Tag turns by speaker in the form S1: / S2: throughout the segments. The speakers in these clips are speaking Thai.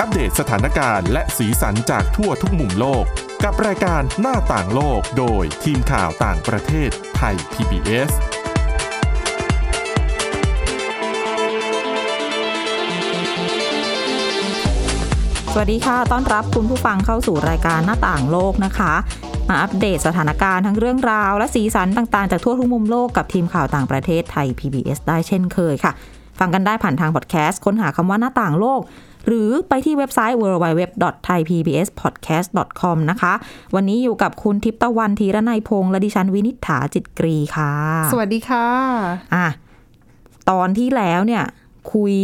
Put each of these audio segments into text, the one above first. S1: อัปเดตสถานการณ์และสีสันจากทั่วทุกมุมโลก กับรายการหน้าต่างโลกโดยทีมข่าวต่างประเทศไทย PBS
S2: สวัสดีค่ะ ต้อนรับคุณผู้ฟังเข้าสู่รายการหน้าต่างโลกนะคะ มาอัปเดตสถานการณ์ทั้งเรื่องราว และสีสันต่างๆ จากทั่วทุกมุมโลกกับทีมข่าวต่างประเทศไทย PBS ได้เช่นเคยค่ะ ฟังกันได้ผ่านทางพอดแคสต์ค้นหาคำว่าหน้าต่างโลก หรือไปที่เว็บไซต์ www.thaipbspodcast.com นะคะ วันนี้อยู่กับคุณทิพย์ตะวันธีรนัยพงษ์และดิฉันวินิษฐาจิตกรีค่ะ
S3: สวัสดีค่ะ
S2: อ่ะตอนที่แล้วเนี่ย คุย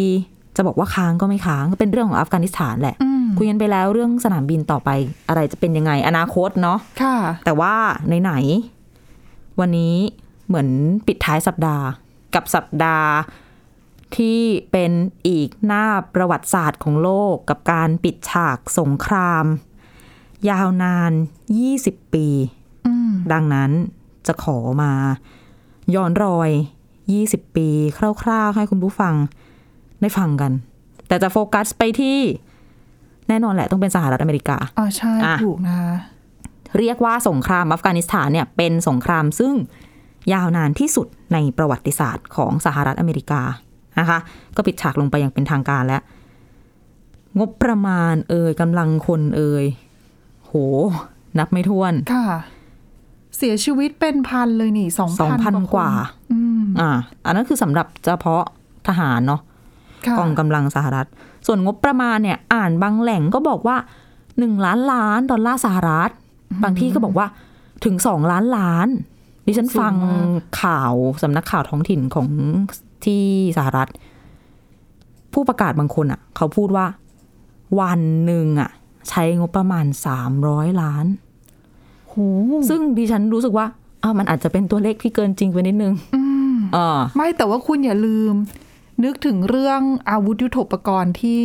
S2: จะบอกว่าค้างก็ไม่ค้างก็เป็นเรื่องของอัฟกานิสถานแหละ
S3: อืม
S2: คุยกันไปแล้วเรื่องสนามบินต่อไป อะไรจะเป็นยังไงอนาคตเนาะ
S3: ค่ะ
S2: แต่ว่าไหนๆวันนี้เหมือนปิดท้ายสัปดาห์ กับสัปดาห์ที่เป็นอีกหน้าประวัติศาสตร์ของโลก กับการปิดฉากสงคราม ยาวนาน 20 ปี
S3: อืม
S2: ดังนั้นจะขอมาย้อนรอย 20 ปีคร่าวๆ ให้คุณผู้ฟังได้ฟังกัน แต่จะโฟกัสไปที่ แน่นอนแหละต้องเป็นสหรัฐอเมริกา
S3: อ๋อใช่
S2: อ่ะ
S3: ถูกนะคะ
S2: เรียกว่าสงครามอัฟกานิสถานเนี่ยเป็นสงครามซึ่งยาวนานที่สุดในประวัติศาสตร์ของสหรัฐอเมริกานะคะ ก็ปิดฉากลงไปอย่างเป็นทางการแล้ว งบประมาณเอ่ยกำลังคนเอ่ยโห นับไม่ถ้วน
S3: ค่ะ เสียชีวิตเป็นพันเลยนี่สอง
S2: สองพั
S3: พั
S2: น
S3: น
S2: กว่า
S3: อืม
S2: อ่า อันนั้นคือสำหรับเฉพาะทหารเนาะ
S3: ค่ะ
S2: กองกำลังสหรัฐ ส่วนงบประมาณเนี่ย อ่านบางแหล่งก็บอกว่า 1 ล้านล้านดอลลาร์สหรัฐ บางที่ก็บอกว่าถึง 2 ล้านล้าน ดิฉัน
S3: สูงมาก
S2: ฟังข่าวสำนักข่าวท้องถิ่นของที่สหรัฐ ผู้ประกาศบางคนอะ่ะ เขาพูดว่า วันหนึ่งอะ่ะ ใช้งบประมาณ 300 ล้าน
S3: โห
S2: ซึ่งดิฉันรู้สึกว่าอ้าวมันอาจจะเป็นตัวเลขที่เกินจริงไปนิดนึง
S3: อืม
S2: เอ่า
S3: ไม่แต่ว่าคุณอย่าลืม นึกถึงเรื่องอาวุธยุโทโธปกรณ์ที่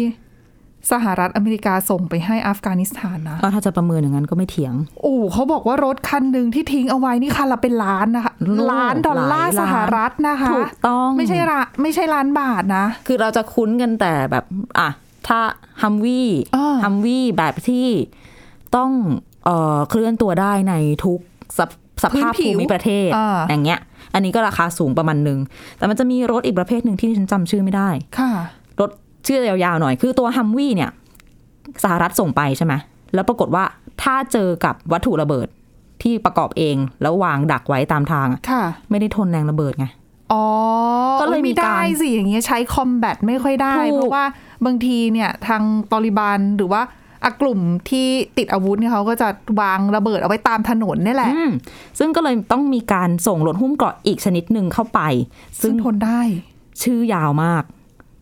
S3: สหรัฐอเมริกาส่งไปให้อัฟกานิสถานนะ
S2: ก็ถ้าจะประเมินอย่างนั้นก็ไม่เถียง
S3: โอ้เขาบอกว่ารถคันหนึ่งที่ทิ้งเอาไว้นี่คันละเป็นล้านนะคะ
S2: โอ้
S3: ล้านดอลลาร์
S2: หลายล้าน
S3: สหรัฐนะคะ
S2: ถูกต้อง
S3: ไม่ใช่ละไม่ใช่ล้านบาทนะ
S2: คือเราจะคุ้นกันแต่แบบ อ่ะ ถ้าฮัมวี่
S3: อ่า
S2: ฮัมวี่แบบที่ต้องเอ่อเคลื่อนตัวได้ในทุกสภสภาพภูมิประเทศ
S3: อ่า
S2: อย่างเงี้ย อันนี้ก็ราคาสูงประมาณหนึ่ง แต่มันจะมีรถอีกประเภทหนึ่งที่ฉันจำชื่อไม่ได้
S3: ค่ะ
S2: รถชื่อยาวๆหน่อย คือตัวฮัมวี่เนี่ย สหรัฐส่งไปใช่ไหมแล้วปรากฏว่าถ้าเจอกับวัตถุระเบิดที่ประกอบเองแล้ววางดักไว้ตามทางอะ
S3: ค่ะ
S2: ไม่ได้ทนแรงระเบิดไง
S3: อ๋อ
S2: ก็เลยมี
S3: ไม่
S2: การ
S3: ได้สิอย่างเงี้ยใช้คอมแบทไม่ค่อยได้
S2: ถูก
S3: เพราะว่าบางทีเนี่ยทางตอริบานหรือว่าอ่ะกลุ่มที่ติดอาวุธเนี่ยเขาก็จะวางระเบิดเอาไว้ตามถนนนี่แหละ
S2: อืมซึ่งก็เลยต้องมีการส่งรถหุ้มเกราะอีกชนิดหนึ่งเข้าไป
S3: ซึ่
S2: ซึ่
S3: ง
S2: ง
S3: ทนได้
S2: ชื่อยาวมาก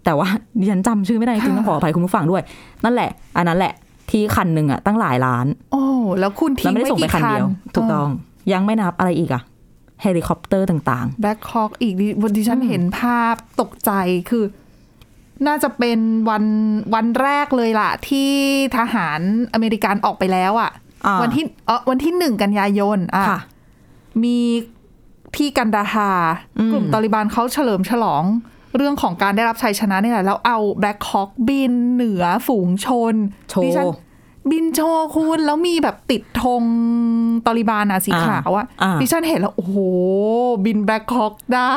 S2: แต่ว่า ดิฉันจำชื่อไม่ได้จริงๆ
S3: ค่ะ
S2: ต้องขออภัยคุณผู้ฟังด้วย นั่นแหละ อันนั้นแหละ ที่คันหนึ่งอ่ะตั้งหลายล้าน
S3: โอ้แล้วคุณ
S2: แล้ว
S3: ทิ้ง
S2: ไม่ได้
S3: ไม่
S2: ส่งไป
S3: กี่
S2: คัน
S3: คั
S2: เดี
S3: น
S2: ยว ถูกต้องยังไม่นับอะไรอีกอ่ะเฮลิคอปเตอร์ต่าง
S3: แบ็คฮอกอีกดิวันที่ฉันเห็นภาพตกใจคือ น่าจะเป็นวันวันแรกเลยล่ะ ที่ทหารอเมริกันออกไปแล้วอ่ะ
S2: ๆอ่า
S3: วันที่เออวันที่หนึ่งกันยายนอ่ะ
S2: ค่ะ
S3: มีที่กันดาฮา
S2: อืม
S3: กลุ่มตอริบานเขาเฉลิมฉลองเรื่องของการได้รับชัยชนะนี่แหละ แล้วเอาแบล็คฮอกบินเหนือฝูงชน
S2: โช
S3: ดิฉัน
S2: ว์
S3: บินโชว์คุณแล้วมีแบบติดธงตอริบานอะสี
S2: อ่า
S3: ขาวอะ
S2: อ่า
S3: ดิฉันเห็นแล้ว โอ้โห บินแบล็คฮอกได้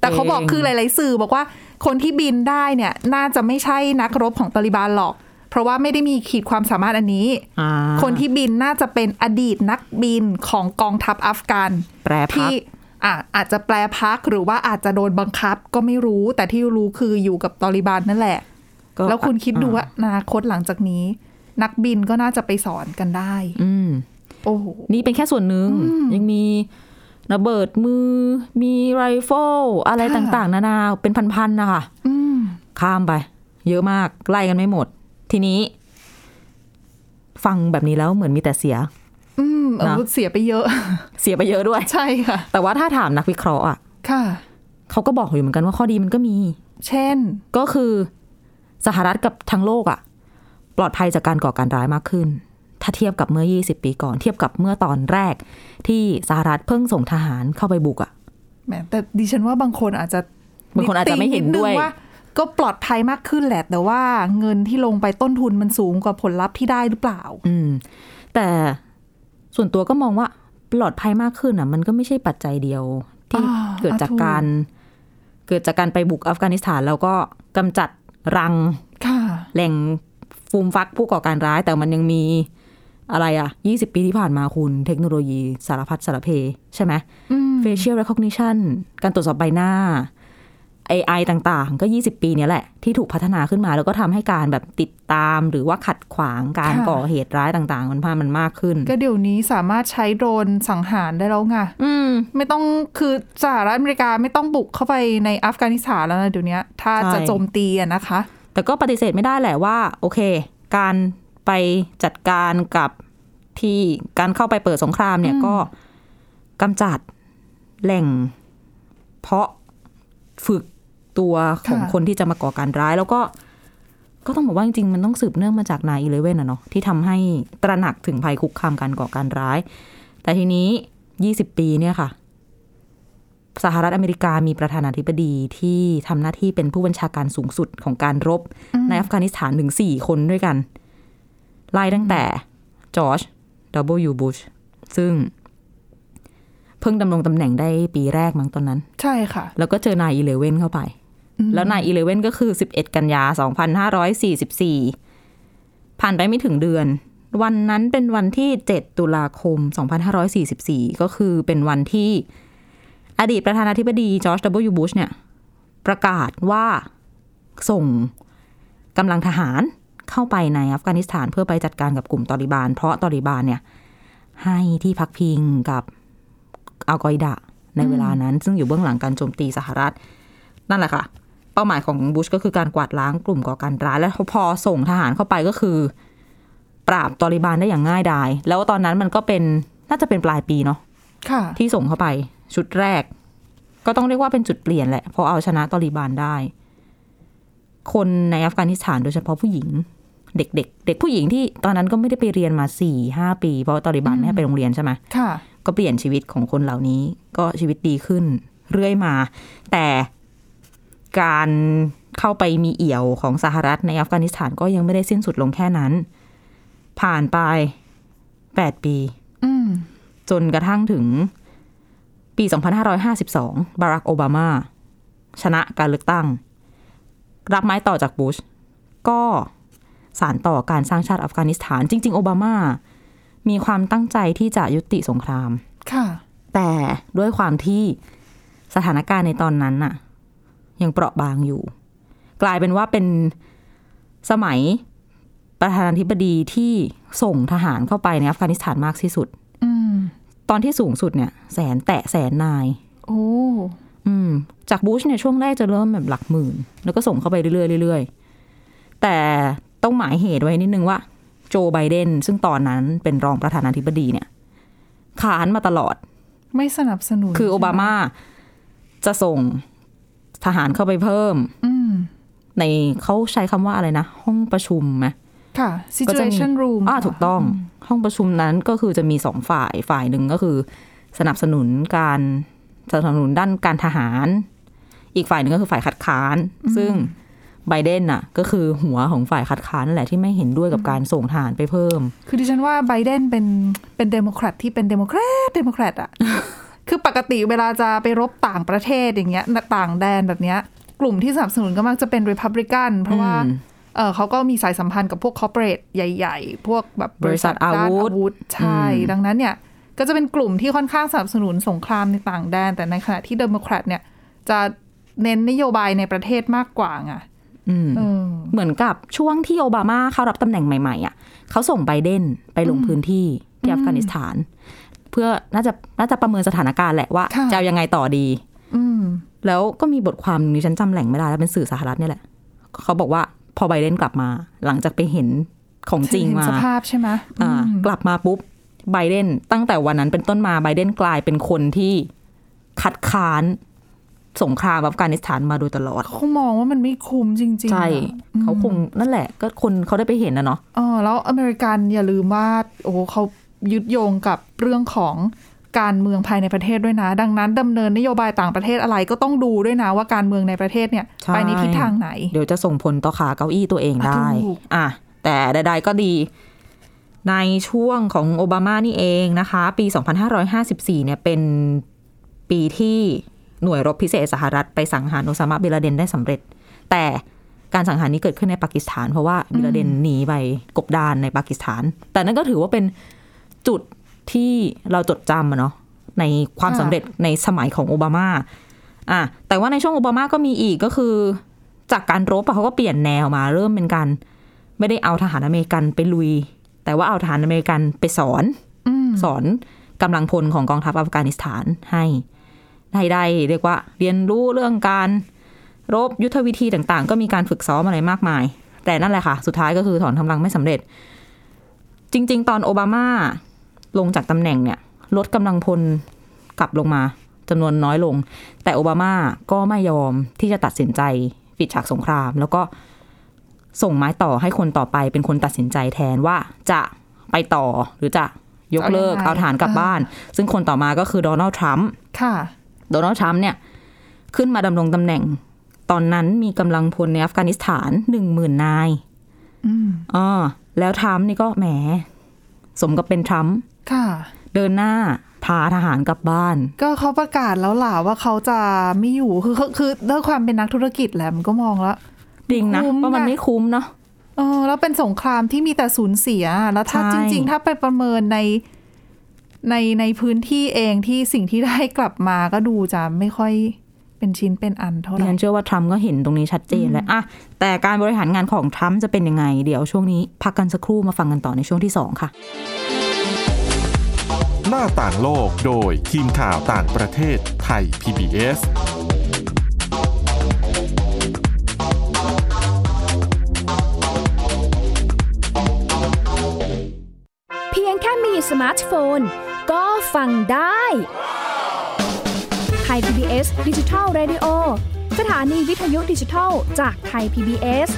S3: แต่เขาบอก
S2: เก่ง
S3: คือหลาย ๆ สื่อบอกว่าคนที่บินได้เนี่ย น่าจะไม่ใช่นักรบของตอริบานหรอก เพราะว่าไม่ได้มีขีดความสามารถอันนี้
S2: อ่า
S3: คนที่บินน่าจะเป็นอดีตนักบินของกองทัพอัฟกัน
S2: แปรพั
S3: ที่
S2: ก
S3: อ่ะอาจจะแปลพักหรือว่าอาจจะโดนบังคับก็ไม่รู้ แต่ที่รู้คืออยู่กับตอริบานนั่นแหละ
S2: ก็
S3: แล้วคุณคิดดู
S2: อ่
S3: ว่าอนาคตหลังจากนี้ นักบินก็น่าจะไปสอนกันได้
S2: อืม
S3: โอ้โห
S2: นี่เป็นแค่ส่วนหนึ่งยังมีระเบิดมือ มีไรเฟิลอะไร
S3: ค่ะ
S2: ต่างๆ นานาเป็นพัน ๆ นะคะ
S3: อืม
S2: ข้ามไป เยอะมากไล่กันไม่หมด ทีนี้ ฟังแบบนี้แล้วเหมือนมีแต่เสีย
S3: อืมเออ
S2: นะ
S3: เสียไปเยอะ
S2: เสียไปเยอะด้วย
S3: ใช่ค่ะ
S2: แต่ว่าถ้าถามนักวิเคราะห์อ่ะ
S3: ค่ะ
S2: เขาก็บอกอยู่เหมือนกันว่าข้อดีมันก็มี
S3: เช่น
S2: ก็คือสหรัฐกับทั้งโลกอ่ะ ปลอดภัยจากการก่อการร้ายมากขึ้น ถ้าเทียบกับเมื่อ 20 ปีก่อน เทียบกับเมื่อตอนแรก ที่สหรัฐเพิ่งส่งทหารเข้าไปบุกอ่ะ
S3: แหมแต่ดิฉันว่าบางคนอาจจะ
S2: บางคนอาจจะไม่เห็นด้วย
S3: งว่า ก็ปลอดภัยมากขึ้นแหละ แต่ว่าเงินที่ลงไปต้นทุนมันสูงกว่าผลลัพธ์ที่ได้หรือเปล่า
S2: อืม แต่ส่วนตัวก็มองว่าปลอดภัยมากขึ้นอ่ะ มันก็ไม่ใช่ปัจจัยเดียว ที่
S3: อ่า
S2: เกิดจาก
S3: อ่าถูก
S2: การ เกิดจากการไปบุกอัฟกานิสถาน แล้วก็กำจัดรัง
S3: ค่ะ
S2: แหล่งฟูมฟักผู้ก่อการร้าย แต่มันยังมีอะไรอ่ะ 20 ปีที่ผ่านมาคุณเทคโนโลยีสารพัดสารเพ ใช่ไหม
S3: อืม
S2: facial recognition การตรวจสอบใบหน้า AI ต่างๆ ก็ 20 ปีเนี้ยแหละ ที่ถูกพัฒนาขึ้นมาแล้วก็ทำให้การแบบติดตามหรือว่าขัดขวางการ
S3: ค่ะ
S2: ก่อเหตุร้ายต่างๆ มันพามันมากขึ้น
S3: ก็เดี๋ยวนี้สามารถใช้โดรนสังหารได้แล้วไง
S2: อืม
S3: ไม่ต้องคือสหรัฐอเมริกาไม่ต้องบุกเข้าไปในอัฟกานิสถานแล้วนะเดี๋ยวนี้ถ้า
S2: ใช่
S3: จะโจมตีอะนะคะ
S2: แต่ก็ปฏิเสธไม่ได้แหละว่า โอเค การไปจัดการกับที่การเข้าไปเปิดสงครามเนี่ย
S3: อืม
S2: ก็กำจัดแหล่ง เพาะฝึกตัวของคนที่จะมาก่อการร้าย แล้วก็ ก็ต้องบอกว่าจริงๆ มันต้องสืบเนื่องมาจากนายอีเลเว่นอะเนาะที่ทำให้ตระหนักถึงภัยคุกคามการก่อการร้าย แต่ทีนี้ 20 ปีเนี่ยค่ะ สหรัฐอเมริกามีประธานาธิบดีที่ทำหน้าที่เป็นผู้บัญชาการสูงสุดของการรบ ในอัฟกานิสถานถึงสี่คนด้วยกัน ไล่ตั้งแต่จอร์จ W. Bush ซึ่ง เพิ่งดำรงตำแหน่งได้ปีแรกมั้งตอนนั้น
S3: ใช่ค่ะ
S2: แล้วก็เจอนายอีเลเว่นเข้าไป
S3: อืม
S2: แล้วนายอีเลเว่นก็คือ 11 กันยา 2544 ผ่านไปไม่ถึงเดือน วันนั้นเป็นวันที่ 7 ตุลาคม 2544 ก็คือเป็นวันที่อดีตประธานาธิบดีจอร์จ W. Bush เนี่ย ประกาศว่าส่งกำลังทหารเข้าไปในอัฟกานิสถานเพื่อไปจัดการกับกลุ่มตอริบาน เพราะตอริบานเนี่ย ให้ที่พักพิงกับอัลกออิดะในเวลานั้น ซึ่งอยู่เบื้องหลังการโจมตีสหรัฐ นั่นแหละค่ะ เป้าหมายของบุชก็คือการกวาดล้างกลุ่มก่อการร้าย และพอส่งทหารเข้าไปก็คือ ปราบตอริบานได้อย่างง่ายดาย แล้วตอนนั้นมันก็เป็นน่าจะเป็นปลายปีเนาะ
S3: ค่ะ
S2: ที่ส่งเข้าไปชุดแรก ก็ต้องเรียกว่าเป็นจุดเปลี่ยนแหละเพราะเอาชนะตอริบานได้ คนในอัฟกานิสถานโดยเฉพาะผู้หญิง เด็กๆเด็กผู้หญิงที่ตอนนั้นก็ไม่ได้ไปเรียนมาสี่ห้าปี เพราะตอริบานไม่ให้ไปโรงเรียนใช่ไหม
S3: ค่ะ
S2: ก็เปลี่ยนชีวิตของคนเหล่านี้ก็ชีวิตดีขึ้นเรื่อยมา แต่การเข้าไปมีเอี่ยวของสหรัฐในอัฟกานิสถานก็ยังไม่ได้สิ้นสุดลงแค่นั้น ผ่านไป 8 ปี
S3: อืม
S2: จนกระทั่งถึงปี 2552 บารักโอบามา ชนะการเลือกตั้ง รับไม้ต่อจากบุช ก็สารต่อการสร้างชาติอัฟกานิสถาน จริง ๆ โอบามา มีความตั้งใจที่จะยุติสงคราม
S3: ค่ะ
S2: แต่ด้วยความที่สถานการณ์ในตอนนั้นน่ะ ยังเปราะบางอยู่ กลายเป็นว่าเป็นสมัยประธานาธิบดีที่ส่งทหารเข้าไปในอัฟกานิสถานมากที่สุด
S3: อืม
S2: ตอนที่สูงสุดเนี่ยแสนแตะแสนนาย
S3: โอ้
S2: อืม จากบูชเนี่ยช่วงแรกจะเริ่มแบบหลักหมื่น แล้วก็ส่งเข้าไปเรื่อยๆเรื่อยๆแต่ต้องหมายเหตุไว้นิดนึงว่าโจไบเดน ซึ่งตอนนั้นเป็นรองประธานาธิบดีเนี่ยขานมาตลอด
S3: ไม่สนับสนุน
S2: คือโอบามาจะส่งทหารเข้าไปเพิ่ม
S3: อืม
S2: ในเขาใช้คำว่าอะไรนะ ห้องประชุมไหม
S3: ค่ะ
S2: ก็จะมี
S3: situation room
S2: อ่า
S3: ค่ะ
S2: ถูกต้องห้องประชุมนั้นก็คือจะมีสองฝ่ายฝ่ายหนึ่งก็คือ สนับสนุนการสนับสนุนด้านการทหาร อีกฝ่ายหนึ่งก็คือฝ่ายคัดค้าน ซึ่งไบเดนน่ะ ก็คือหัวของฝ่ายคัดค้านนั่นแหละที่ไม่เห็นด้วยกับการส่งทหารไปเพิ่ม
S3: คือดิฉันว่าไบเดนเป็นเป็นเดโมแครตที่เป็นเดโมแครตเดโมแครต อะ คือปกติเวลาจะไปรบต่างประเทศอย่างเงี้ยต่างแดนแบบเนี้ย กลุ่มที่สนับสนุนก็มักจะเป็นริพับลิกันเพราะว่า
S2: อืม
S3: เออเขาก็มีสายสัมพันธ์กับพวกคอร์เปอเรทใหญ่ ๆ พวกแบบ
S2: บริษัทอาวุธ
S3: ด้นธใช่ดังนั้นเนี่ย ก็จะเป็นกลุ่มที่ค่อนข้างสนับสนุนสงครามในต่างแดน แต่ในขณะที่เดโมแครตเนี่ย จะเน้นนโยบายในประเทศมากกว่าไง
S2: อืม
S3: เออ
S2: เหมือนกับช่วงที่โอบามาเข้ารับตำแหน่งใหม่ ๆอ่ะเขาส่งไบเดนไปลงพื้นที่ที่อัฟกานิสถาน เพื่อน่าจะน่าจะประเมินสถานการณ์แหละว่า
S3: ค่ะ
S2: จะเอายังไงต่อดี
S3: อืม
S2: แล้วก็มีบทความหนึงดิฉันจำแหล่งไม่ได้แล้วเป็นสื่อสหรัฐเนี่ยแหละ เขาบอกว่าพอไบเดนกลับมา หลังจากไปเห็นของจริง
S3: เห็น
S2: มา
S3: สภาพใช่ไหม
S2: อ่ากลับมาปุ๊บไบเดนตั้งแต่วันนั้นเป็นต้นมาไบเดนกลายเป็นคนที่คัดค้านสงครามอัฟกานิสถานมาโดยตลอด
S3: เขาคงมองว่ามันไม่คุ้มจริงๆ
S2: ใช่
S3: อะ
S2: เขาคงนั่นแหละ ก็คนเขาได้ไปเห็นนะเนาะ
S3: เออแล้วอเมริกันอย่าลืมว่า โอ้โหเขายึดโยงกับเรื่องของ การเมืองภายในประเทศด้วยนะ ดังนั้นดำเนินนโยบายต่างประเทศอะไรก็ต้องดูด้วยนะว่าการเมืองในประเทศเนี่ย
S2: ใช่
S3: ไปในทิศทางไหน
S2: เดี๋ยวจะส่งผลต่อขาเก้าอี้ตัวเองได้
S3: อ่ะถูก
S2: อ่ะ แต่ใดๆก็ดี ในช่วงของโอบามานี่เองนะคะ ปี 2554 เนี่ยเป็นปีที่หน่วยรบพิเศษสหรัฐไปสังหารโอซามะบินลาเดนได้สำเร็จ แต่การสังหารนี้เกิดขึ้นในปากีสถานเพราะว่าบินลาเดนหนีไปกบดานในปากีสถาน แต่นั่นก็ถือว่าเป็นจุดที่เราจดจำอะเนาะในความสำเร็จในสมัยของโอบามา อ่ะแต่ว่าในช่วงโอบามาก็มีอีกก็คือ จากการรบอะเขาก็เปลี่ยนแนวมาเริ่มเป็นการไม่ได้เอาทหารอเมริกันไปลุย แต่ว่าเอาทหารอเมริกันไปสอนสอนกำลังพลของกองทัพอัฟกานิสถานให้ให้ได้เรียกว่าเรียนรู้เรื่องการรบยุทธวิธีต่างๆ ก็มีการฝึกซ้อมอะไรมากมาย แต่นั่นแหละค่ะ สุดท้ายก็คือถอนกำลังไม่สำเร็จ จริง ๆ ตอนโอบามาลงจากตำแหน่งเนี่ย ลดกำลังพลกลับลงมาจำนวนน้อยลง แต่โอบามาก็ไม่ยอมที่จะตัดสินใจปิดฉากสงคราม แล้วก็ส่งไม้ต่อให้คนต่อไปเป็นคนตัดสินใจแทนว่าจะไปต่อหรือจะยกเลิก
S3: เอายังไง
S2: เอาฐานกลับบ้าน ซึ่งคนต่อมาก็คือโดนัลด์ทรัมป์
S3: ค่ะ
S2: โดนัลด์ทรัมป์เนี่ย ขึ้นมาดำรงตำแหน่ง ตอนนั้นมีกำลังพลในอัฟกานิสถานหนึ่งหมื่นนาย
S3: อืม
S2: อ๋อแล้วทรัมป์นี่ก็แหม สมกับเป็นทรัมป์
S3: ค่ะ
S2: เดินหน้าพาทหารกลับบ้าน
S3: ก็เขาประกาศแล้วล่ะว่าเขาจะไม่อยู่คือคือคือด้วยความเป็นนักธุรกิจแหละมันก็มองแล้ว
S2: จริงนะ
S3: คุ้ม
S2: ว่ามัน
S3: อะ
S2: ไม่คุ้มเนาะ
S3: เออแล้วเป็นสงครามที่มีแต่สูญเสีย แล้วถ้า
S2: ใช่
S3: จริง ๆ ถ้าไปประเมินในในในพื้นที่เองที่สิ่งที่ได้กลับมาก็ดูจะไม่ค่อยเป็นชิ้นเป็นอันเท่าไห
S2: ดิ
S3: ร่
S2: ฉันเชื่อว่าทรัมป์ก็เห็นตรงนี้ชัดเจนแล้วอะแต่การบริหารงานของทรัมป์จะเป็นยังไง เดี๋ยวช่วงนี้ พักกันสักครู่มาฟังกันต่อในช่วงที่สองค่ะ
S1: หน้าต่างโลกโดยทีมข่าวต่างประเทศไทย PBS
S4: เพียงแค่มีสมาร์ทโฟน ก็ฟังได้ไทย PBS ดิจิทัล Radio สถานีวิทยุดิจิทัลจากไทย PBS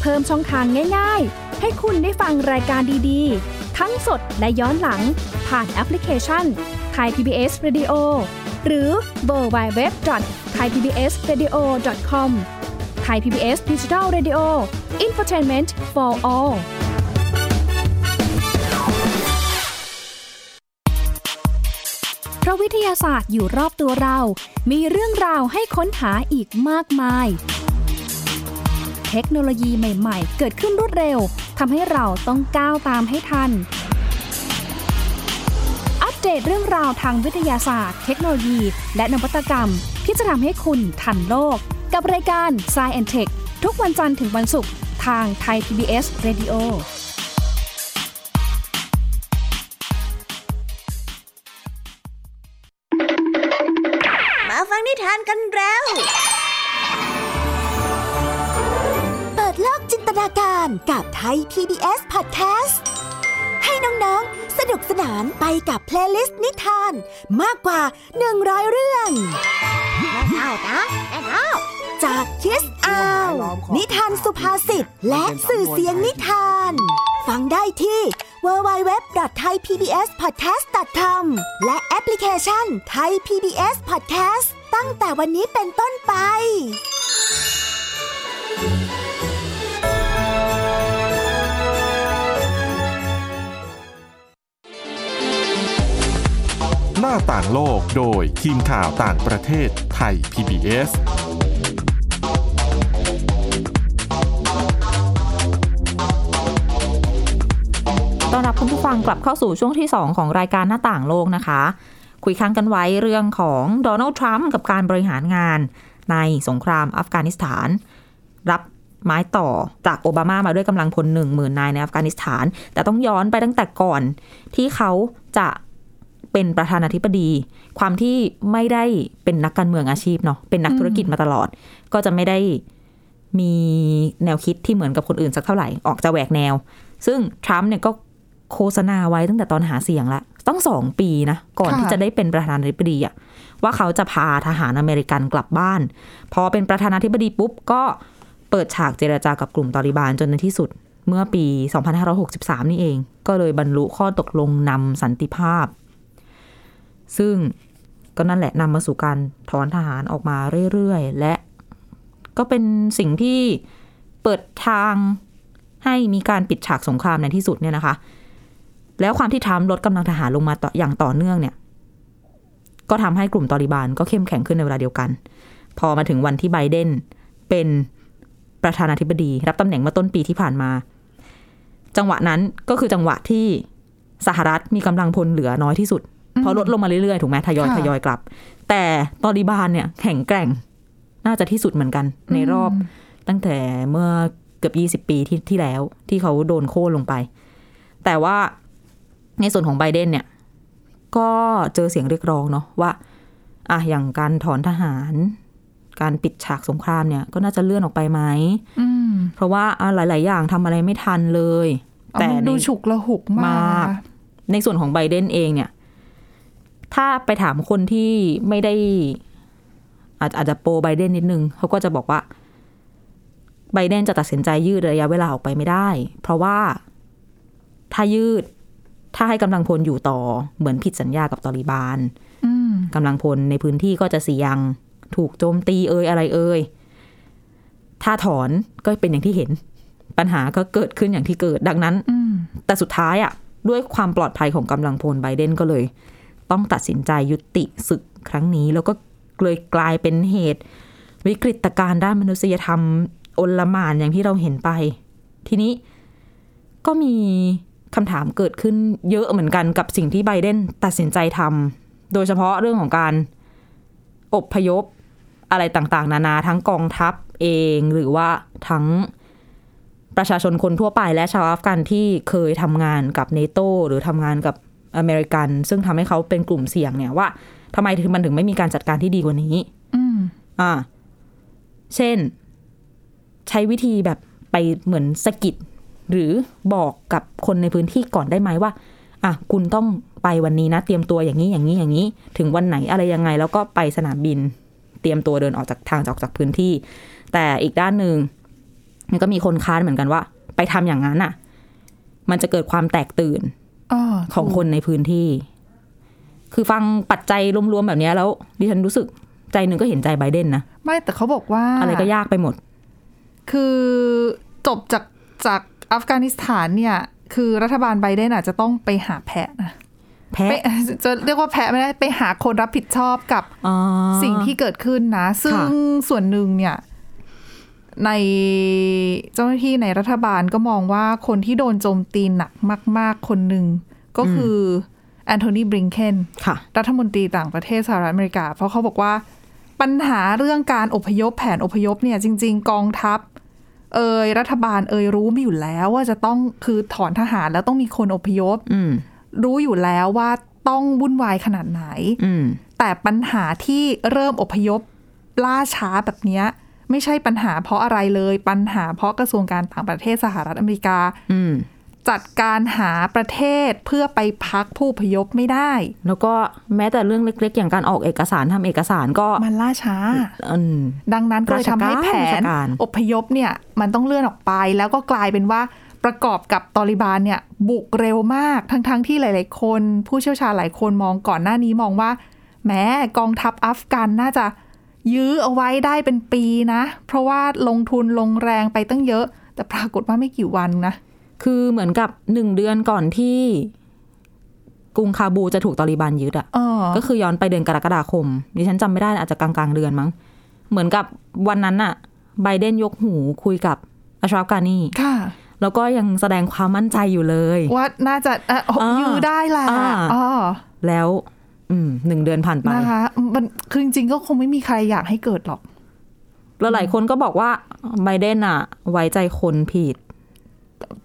S4: เพิ่มช่องทางง่าย ๆ ให้คุณได้ฟังรายการดีๆ ทั้งสดและย้อนหลัง ผ่านแอปพลิเคชันไทย PBS Radio หรือเวอร์บายเว็บไทยพีบีเอสเรดิโอคอมไทยพีบีเอสดิจิทัลเรดิโออินฟอร์ทนเมนต์ for all เพราะวิทยาศาสตร์อยู่รอบตัวเรา มีเรื่องราวให้ค้นหาอีกมากมาย เทคโนโลยีใหม่ ๆ เกิดขึ้นรวดเร็ว ทำให้เราต้องก้าวตามให้ทัน อัปเดตเรื่องราวทางวิทยาศาสตร์ เทคโนโลยี และนวัตกรรม ที่จะทำให้คุณทันโลก กับรายการ s c i e n t e c h ทุกวันจันทร์ถึงวันศุกร์ทางไทย PBS Radio
S5: มาฟังนิทานกันแล้ว เปิดโลกจินตนาการกับไทย PBS Podcast ให้น้องๆ สนุกสนานไปกับเพลย์ลิสต์นิทาน มากกว่า 100 เรื่องเอานะเอาจากคิสอาว นิทานสุภาษิตและสื่อเสียงนิทาน ฟังได้ที่ www.thaipbspodcast.com และแอปพลิเคชัน Thai PBS Podcast ตั้งแต่วันนี้เป็นต้นไป
S1: หน้าต่างโลกโดยทีมข่าวต่างประเทศไทย PBS
S2: ต้อนรับคุณผู้ฟังกลับเข้าสู่ช่วงที่ 2 ของรายการหน้าต่างโลกนะคะ คุยค้างกันไว้เรื่องของโดนัลด์ทรัมป์กับการบริหารงานในสงครามอัฟกานิสถาน รับไม้ต่อจากโอบามามาด้วยกำลังพลหนึ่งหมื่นนายในอัฟกานิสถาน แต่ต้องย้อนไปตั้งแต่ก่อนที่เขาจะเป็นประธานาธิบดี ความที่ไม่ได้เป็นนักการเมืองอาชีพเนาะเป็นนักธุรกิจมาตลอด ก็จะไม่ได้มีแนวคิดที่เหมือนกับคนอื่นสักเท่าไหร่ออกจะแหวกแนว ซึ่งทรัมป์เนี่ยก็โฆษณาไว้ตั้งแต่ตอนหาเสียงละต้องสองปีนะ ก่อนที่จะได้เป็นประธานาธิบดีอะว่าเขาจะพาทหารอเมริกันกลับบ้าน พอเป็นประธานาธิบดีปุ๊บ ก็เปิดฉากเจรจากับกลุ่มตอริบานจนในที่สุด เมื่อปี 2563 นี่เอง ก็เลยบรรลุข้อตกลงนำสันติภาพ ซึ่งก็นั่นแหละนำมาสู่การถอนทหารออกมาเรื่อยๆ และก็เป็นสิ่งที่เปิดทางให้มีการปิดฉากสงครามในที่สุดเนี่ยนะคะ แล้วความที่ทรัมป์ลดกำลังทหารลงมาต่ออย่างต่อเนื่องเนี่ย ก็ทำให้กลุ่มตอริบานก็เข้มแข็งขึ้นในเวลาเดียวกัน พอมาถึงวันที่ไบเดนเป็นประธานาธิบดี รับตำแหน่งเมื่อต้นปีที่ผ่านมา จังหวะนั้นก็คือจังหวะที่สหรัฐมีกำลังพลเหลือน้อยที่สุด พอลดลงมาเรื่อยๆ ถูกไหมทยอย
S3: ค่ะ
S2: ทยอยกลับ แต่ตอริบานเนี่ยแข็งแกร่งน่าจะที่สุดเหมือนกัน ในรอบตั้งแต่เมื่อเกือบ 20 ปีที่ที่แล้ว ที่เขาโดนโค่นลงไป แต่ว่าในส่วนของไบเดนเนี่ย ก็เจอเสียงเรียกร้องเนาะว่าอ่ะอย่างการถอนทหาร การปิดฉากสงครามเนี่ยก็น่าจะเลื่อนออกไปไหม
S3: อืม
S2: เพราะว่าอ่ะหลาย ๆ อย่างทำอะไรไม่ทันเลย
S3: เอา
S2: แต่
S3: มัน
S2: ใน
S3: ดูฉุกละหุกมาก
S2: มาก
S3: นะคะ
S2: ในส่วนของไบเดนเองเนี่ย ถ้าไปถามคนที่ไม่ได้ อาจอาจจะโปรไบเดนนิดนึง เขาก็จะบอกว่า ไบเดนจะตัดสินใจยืดระยะเวลาออกไปไม่ได้ เพราะว่าถ้ายืด ถ้าให้กำลังพลอยู่ต่อเหมือนผิดสัญญากับตอริบาน
S3: อืม
S2: กำลังพลในพื้นที่ก็จะเสี่ยง ถูกโจมตีเอ่ยอะไรเอ่ยถ้าถอนก็เป็นอย่างที่เห็น ปัญหาก็เกิดขึ้นอย่างที่เกิดดังนั้น
S3: อืม
S2: แต่สุดท้ายอะด้วยความปลอดภัยของกำลังพลไบเดนก็เลย ต้องตัดสินใจยุติศึกครั้งนี้ แล้วก็เลยกลายเป็นเหตุ วิกฤตการณ์ด้านมนุษยธรรมอลหม่านอย่างที่เราเห็นไป ทีนี้ก็มีคำถามเกิดขึ้นเยอะเหมือนกันกับสิ่งที่ไบเดนตัดสินใจทำโดยเฉพาะเรื่องของการอบพยพอะไรต่างๆ นานาทั้งกองทัพเองหรือว่าทั้ง ประชาชนคนทั่วไปและชาวอัฟกันที่เคยทำงานกับเนโตหรือทำงานกับอเมริกัน ซึ่งทำให้เขาเป็นกลุ่มเสี่ยงเนี่ยว่าทำไมถึงมันถึงไม่มีการจัดการที่ดีกว่านี้
S3: อืม
S2: อ่า เช่น ใช้วิธีแบบไปเหมือนสะกิด หรือบอกกับคนในพื้นที่ก่อนได้ไหมว่า อ่ะ คุณต้องไปวันนี้นะ เตรียมตัวอย่างนี้อย่างนี้อย่างนี้ ถึงวันไหนอะไรยังไง แล้วก็ไปสนามบิน เตรียมตัวเดินออกจากทางออกจากพื้นที่ แต่อีกด้านหนึ่งมันก็มีคนค้านเหมือนกันว่า ไปทำอย่างนั้นอ่ะ มันจะเกิดความแตกตื่น
S3: อ๋อ
S2: ของคนในพื้นที่ คือฟังปัจจัยรวมๆแบบเนี้ยแล้ว ดิฉันรู้สึกใจหนึ่งก็เห็นใจไบเดนนะ
S3: ไม่แต่เขาบอกว่า
S2: อะไรก็ยากไปหมด
S3: คือจบจากจากอัฟกานิสถานเนี่ย คือรัฐบาลไบเดนอาจจะต้องไปหาแพะนะ
S2: แพ้
S3: ไปจะเรียกว่าแพะไม่ได้ไปหาคนรับผิดชอบกับ
S2: อ๋อ
S3: สิ่งที่เกิดขึ้นนะ ซึ่ง
S2: ค่ะ
S3: ส่วนหนึ่งเนี่ย ในเจ้าหน้าที่ในรัฐบาลก็มองว่าคนที่โดนโจมตีหนักมาก ๆ คนหนึ่งก็คือแอนโทนีบริงเคน
S2: ค่ะ
S3: รัฐมนตรีต่างประเทศสหรัฐอเมริกา เพราะเขาบอกว่าปัญหาเรื่องการอพยพแผนอพยพเนี่ยจริง ๆ กองทัพ เอยรัฐบาลเอยรู้มาอยู่แล้วว่าจะต้องคือถอนทหารแล้วต้องมีคนอพยพ
S2: อืม
S3: รู้อยู่แล้วว่าต้องวุ่นวายขนาดไหน
S2: อืม
S3: แต่ปัญหาที่เริ่มอพยพล่าช้าแบบเนี้ยไม่ใช่ปัญหาเพราะอะไรเลย ปัญหาเพราะกระทรวงการต่างประเทศสหรัฐอเมริกา
S2: อืม
S3: จัดการหาประเทศเพื่อไปพักผู้อพยพไม่ได้
S2: แล้วก็แม้แต่เรื่องเล็ก ๆ อย่างการออกเอกสารทำเอกสารก็
S3: มันล่าช้า
S2: อืม
S3: ดังนั้นก็เลยทำให้แผ
S2: ราช
S3: น
S2: การ
S3: อพยพเนี่ยมันต้องเลื่อนออกไปแล้วก็กลายเป็นว่าประกอบกับตอริบานเนี่ยบุกเร็วมากทั้งๆทที่หลาย ๆ คน ผู้เชี่ยวชาญหลายคนมองก่อนหน้านี้มองว่าแหม้กองทัพอัฟกันน่าจะยื้อเอาไว้ได้เป็นปีนะ เพราะว่าลงทุนลงแรงไปตั้งเยอะ แต่ปรากฏว่าไม่กี่วันนะ
S2: คือเหมือนกับหนึ่งเดือนก่อนที่ กรุงคาบูจะถูกตอริบันยึดอ่ะ
S3: เออ
S2: ก็คือย้อนไปเดือนกรกฎาคม ดิฉันจำไม่ได้อาจจะกลางๆเดือนมั้ง เหมือนกับวันนั้นน่ะ ไบเดนยกหูคุยกับอาชราฟกานี
S3: ค่ะ
S2: แล้วก็ยังแสดงความมั่นใจอยู่เลย
S3: ว่าน่าจะเอ่อ
S2: อ่ายื้
S3: ยื้อได้แหละ
S2: อ่า
S3: อ๋อ
S2: แล้ว อืมหนึ่งเดือนผ่านไป
S3: นะคะมันคือจริงๆก็คงไม่มีใครอยากให้เกิดหรอก
S2: แล้วหลายคนก็บอกว่าไบเดนอ่ะ ไว้ใจคนผิด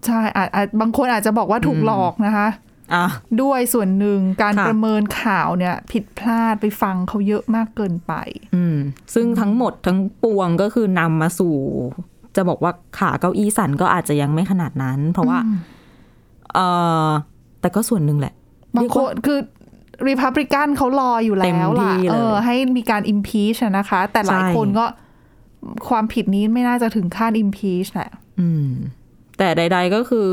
S3: ใช่อาจอาจบางคนอาจจะบอกว่าถูกหลอกนะคะ
S2: อ่ะ
S3: ด้วยส่วนหนึ่งการ
S2: ค่ะ
S3: ประเมินข่าวเนี่ย ผิดพลาดไปฟังเขาเยอะมากเกินไป
S2: อืม ซึ่งทั้งหมดทั้งปวงก็คือนำมาสู่ จะบอกว่าขาเก้าอี้สั่นก็อาจจะยังไม่ขนาดนั้น เพราะว่าเออแต่ก็ส่วนหนึ่งแหละ
S3: บางคนคือรีพับริกันเขารออยู่แล้วล่ะ
S2: เต็มที่เลย
S3: เออ ให้มีการ impeach อะนะคะ แต่หลาย
S2: ใช่
S3: คนก็ความผิดนี้ไม่น่าจะถึงขั้น impeach แหละ
S2: อืม แต่ใด ๆก็คือ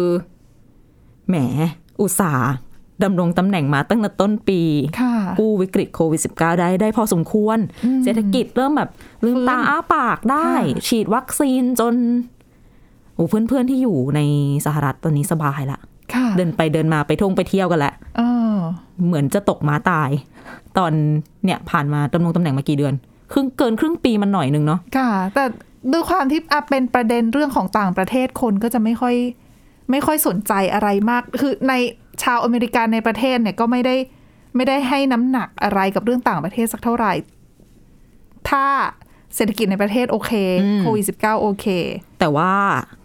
S2: แหม อุตสาห์ดำรงตำแหน่งมาตั้งแต่ต้นปี
S3: ค่ะ ค่ะ
S2: กู้วิกฤตโควิด -19 ได้ได้พอสมควร
S3: อืม
S2: เศรษฐกิจเริ่มแบบลืม
S3: ฟื้น
S2: ตาอ้าปากได้
S3: ค่ะ
S2: ฉีดวัคซีนจนโอ้เพื่อนๆที่อยู่ในสหรัฐตอนนี้สบายละ
S3: ค่ะ
S2: เดินไปเดินมาไปท่องไปเที่ยวกันละ
S3: เออ
S2: เหมือนจะตกม้าตาย ตอนเนี่ยผ่านมาดำรงตำแหน่งมากี่เดือน ครึ่งเกินครึ่งปีมันหน่อยหนึงเนาะ
S3: ค่ะ แต่ด้วยความที่อ่ะเป็นประเด็นเรื่องของต่างประเทศคนก็จะไม่ค่อย ไม่ค่อยสนใจอะไรมาก คือในชาวอเมริกันในประเทศเนี่ยก็ไม่ได้ไม่ได้ให้น้ำหนักอะไรกับเรื่องต่างประเทศสักเท่าไหร่ ถ้าเศรษฐกิจในประเทศโอเคโควิดสิบเก้าโอเค
S2: แต่ว่า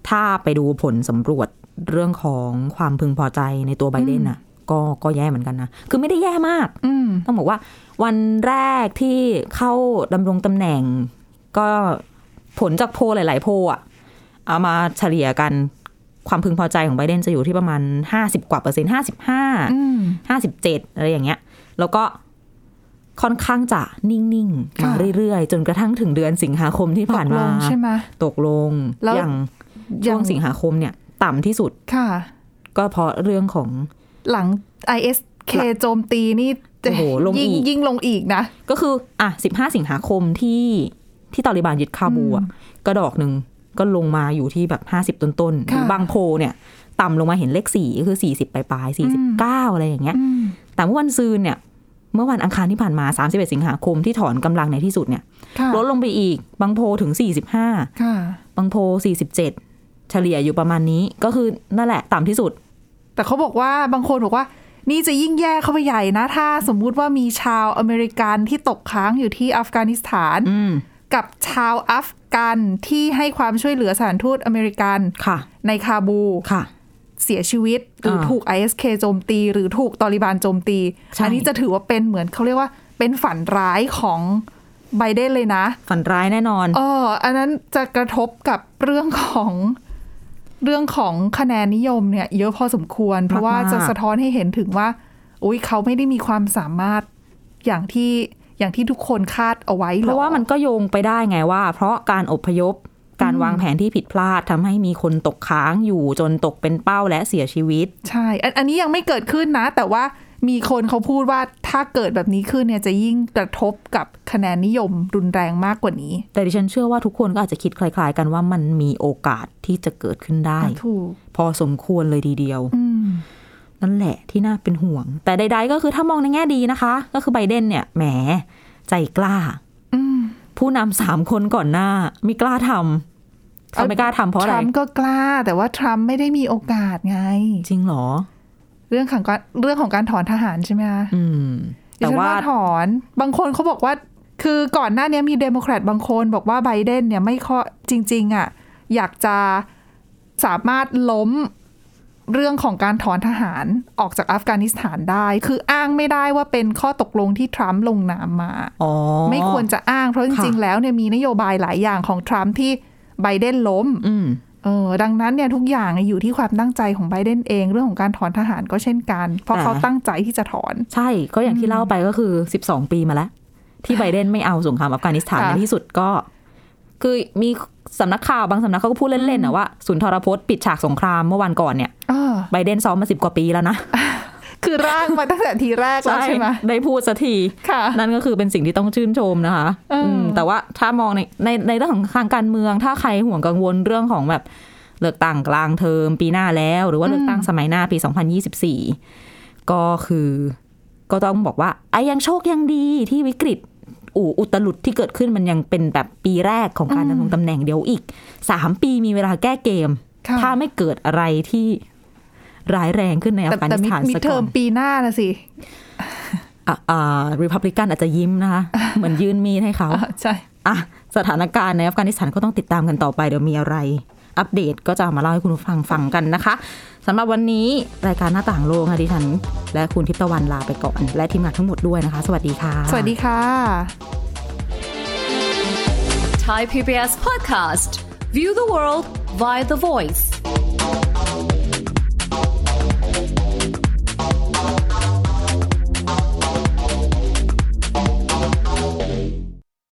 S2: ถ้าไปดูผลสำรวจเรื่องของความพึงพอใจในตัวไบเดนน่ะ ก็ก็แย่เหมือนกันนะ คือไม่ได้แย่มาก
S3: อืม
S2: ต้องบอกว่าวันแรกที่เข้าดำรงตำแหน่ง ก็ผลจากโพลหลาย ๆ โพลอะเอามาเฉลี่ยกันความพึงพอใจของไบเดนจะอยู่ที่ประมาณ 50 กว่าเปอร์เซ็นต์55
S3: อืม
S2: ห้าสิบเจ็ดอะไรอย่างเงี้ย แล้วก็ค่อนข้างจะนิ่ง ๆมา
S3: ค่ะ
S2: เรื่อย ๆ จนกระทั่งถึงเดือนสิงหาคมที่ผ่าน
S3: ต
S2: มาก
S3: ลงใช่ไหม
S2: ตกลง
S3: แล้ว
S2: อย่างช่วงสิงหาคมเนี่ย ต่ำที่สุด
S3: ค่ะ
S2: ก็เพราะเรื่องของ
S3: หลัง ISK โจมตีนี่จะ
S2: โอ้โหลง
S3: ยิ่ง
S2: อีก
S3: ยิ่งลงอีกนะ
S2: ก็คือ อ่ะสิบห้าสิงหาคมที่ที่ตาลิบันยึดคาบูอ่ะกระดอกหนึ่งก็ลงมาอยู่ที่แบบห้าสิบ50 ต้นๆห
S3: ค่ะ
S2: รือบางโพลเนี่ย ต่ำลงมาเห็นเลขสี่ก็คือสี่สิบปลายๆสี่สิบเก้าอะไรอย่างเงี้ย
S3: อืม
S2: แต่เมื่อวันซืนเนี่ย เมื่อวันอังคารที่ผ่านมาสามสิบเอ็ดสิงหาคมที่ถอนกำลังในที่สุดเนี่ย
S3: ค่ะ
S2: ลดลงไปอีก บางโพถึง 45
S3: ค่ะ
S2: บางโพ 47 เฉลี่ยอยู่ประมาณนี้ก็คือนั่นแหละต่ำที่สุด
S3: แต่เขาบอกว่าบางคนบอกว่า นี่จะยิ่งแย่เข้าไปใหญ่นะ ถ้าสมมุติว่ามีชาวอเมริกันที่ตกค้างอยู่ที่อัฟกานิสถาน
S2: อืม
S3: กับชาวอัฟกันที่ให้ความช่วยเหลือสถานทูตอเมริกัน
S2: ค่ะ
S3: ในคาบู
S2: ค่ะ
S3: เสียชีวิต หรืออา ถูก ISK โจมตี หรือถูกตอริบานโจมตี
S2: ใช่
S3: อันี้จะถือว่าเป็นเหมือนเขาเรียกว่าเป็นฝันร้ายของไบเดนเลยนะ
S2: ฝันร้ายแน่นอน
S3: เอออันนั้นจะกระทบกับเรื่องของเรื่องของคะแนนนิยมเนี่ย เยอะพอสมควร เพราะว่า
S2: ๆ
S3: จะสะท้อนให้เห็นถึงว่า อุ้ยเขาไม่ได้มีความสามารถอย่างที่อย่างที่ทุกคนคาดเอาไว้หอ
S2: เพราะว่ามันก็โยงไปได้ไงว่า เพราะการอพยพการวางแผนที่ผิดพลาดทำให้มีคนตกค้างอยู่จนตกเป็นเป้าและเสียชีวิต
S3: ใช่อันอันนี้ยังไม่เกิดขึ้นนะ แต่ว่ามีคนเขาพูดว่าถ้าเกิดแบบนี้ขึ้นเนี่ยจะยิ่งกระทบกับคะแนนนิยมรุนแรงมากกว่านี้
S2: แต่ดิฉันเชื่อว่าทุกคนก็อาจจะคิดคล้ายๆ กันว่ามันมีโอกาสที่จะเกิดขึ้นได้
S3: ถูก
S2: พอสมควรเลยทีเดียว
S3: อืม
S2: นั่นแหละที่น่าเป็นห่วง แต่ใด ๆ ก็คือถ้ามองในแง่ดีนะคะ ก็คือไบเดนเนี่ยแหมใจกล้า
S3: อืม
S2: ผู้นำสามคนก่อนหน้าไม่กล้าทำเขาไม่กล้าทำเพราะ
S3: ท
S2: อะไร
S3: รัมป์ก็กล้า แต่ว่าทรัมป์ไม่ได้มีโอกาสไง
S2: จริงเหรอ
S3: เรื่องของการเรื่องของการถอนทหารใช่ไหมคะ
S2: อืม แต่
S3: ดิฉัน
S2: ว่า
S3: ถอนบางคนเขาบอกว่า คือก่อนหน้านี้มีเดโมแครตบางคนบอกว่าไบเดนเนี่ยไม่ค่อยจริง ๆ อ่ะ อยากจะสามารถล้มเรื่องของการถอนทหารออกจากอัฟกานิสถานได้ คืออ้างไม่ได้ว่าเป็นข้อตกลงที่ทรัมป์ลงนามมา
S2: อ๋อ
S3: ไม่ควรจะอ้างเพราะจริง
S2: ค่ะ
S3: ๆ แล้วเนี่ยมีนโยบายหลายอย่างของทรัมป์ที่ไบเดนล้ม
S2: อืม
S3: เออดังนั้นเนี่ยทุกอย่างอยู่ที่ความตั้งใจของไบเดนเองเรื่องของการถอนทหารก็เช่นกัน เพราะ
S2: แต่
S3: เขาตั้งใจที่จะถอน
S2: ใช่ก็อย่างที่เล่าไปก็คือ 12 ปีมาแล้ว ที่ไบเดนไม่เอาสงครามอัฟกานิสถาน
S3: ค่ะ
S2: ในที่สุดก็ คือมีสำนักข่าวบางสำนักเขาก็พูดเล่นๆนะว่าศูนย์ทรพจน์ปิดฉากสงครามเมื่อวันก่อนเนี่ย
S3: เออ
S2: ไบเดนซ้อมมาสิบกว่าปีแล้วนะ
S3: คือร่างมาตั้งแต่ทีแรกแล้วใช่ไหม
S2: ได้พูดสักที
S3: ค่ะ
S2: นั่นก็คือเป็นสิ่งที่ต้องชื่นชมนะคะ
S3: เอออื
S2: มแต่ว่าถ้ามองในในในเรื่องของทางการเมือง ถ้าใครห่วงกังวลเรื่องของแบบเลือกตั้งกลางเทอมปีหน้าแล้ว หรือว่าเลือกตั้งสมัยหน้าปี 2024 ก็คือ ก็ต้องบอกว่าไอ้ยังโชคยังดีที่วิกฤตอูอุตลุดที่เกิดขึ้นมันยังเป็นแบบปีแรกของการ
S3: อืม
S2: ดำรงตำแหน่งเดียวอีกสามปีมีเวลาแก้เกม
S3: ค่ะ
S2: ถ้าไม่เกิดอะไรที่ร้ายแรงขึ้นในอั
S3: แต่
S2: ฟกา
S3: แต่
S2: นิส
S3: มิด
S2: ถาน
S3: มิด
S2: ซะ
S3: เทอ
S2: ก่อ
S3: ม
S2: น
S3: ปีหน้านะสิ
S2: อ่าอ่าริพับลิกันอาจจะยิ้ม นะคะ เหมือนยื่นมีดให้เขา
S3: อ่ะใช่
S2: อ่ะสถานการณ์ในอัฟกานิสถานก็ต้องติดตามกันต่อไปเดี๋ยวมีอะไร อัปเดตก็จะเอามาเล่าให้คุณผู้ฟังฟังกันนะคะสำหรับวันนี้รายการหน้าต่างโลกค่ะดิฉัน และคุณทิพย์ตะวันลาไปก่อน และทีมงานทั้งหมดด้วยนะคะ สวัสดีค่ะ
S3: สวัสดีค่ะ
S6: Thai PBS podcast. View the world via the voice.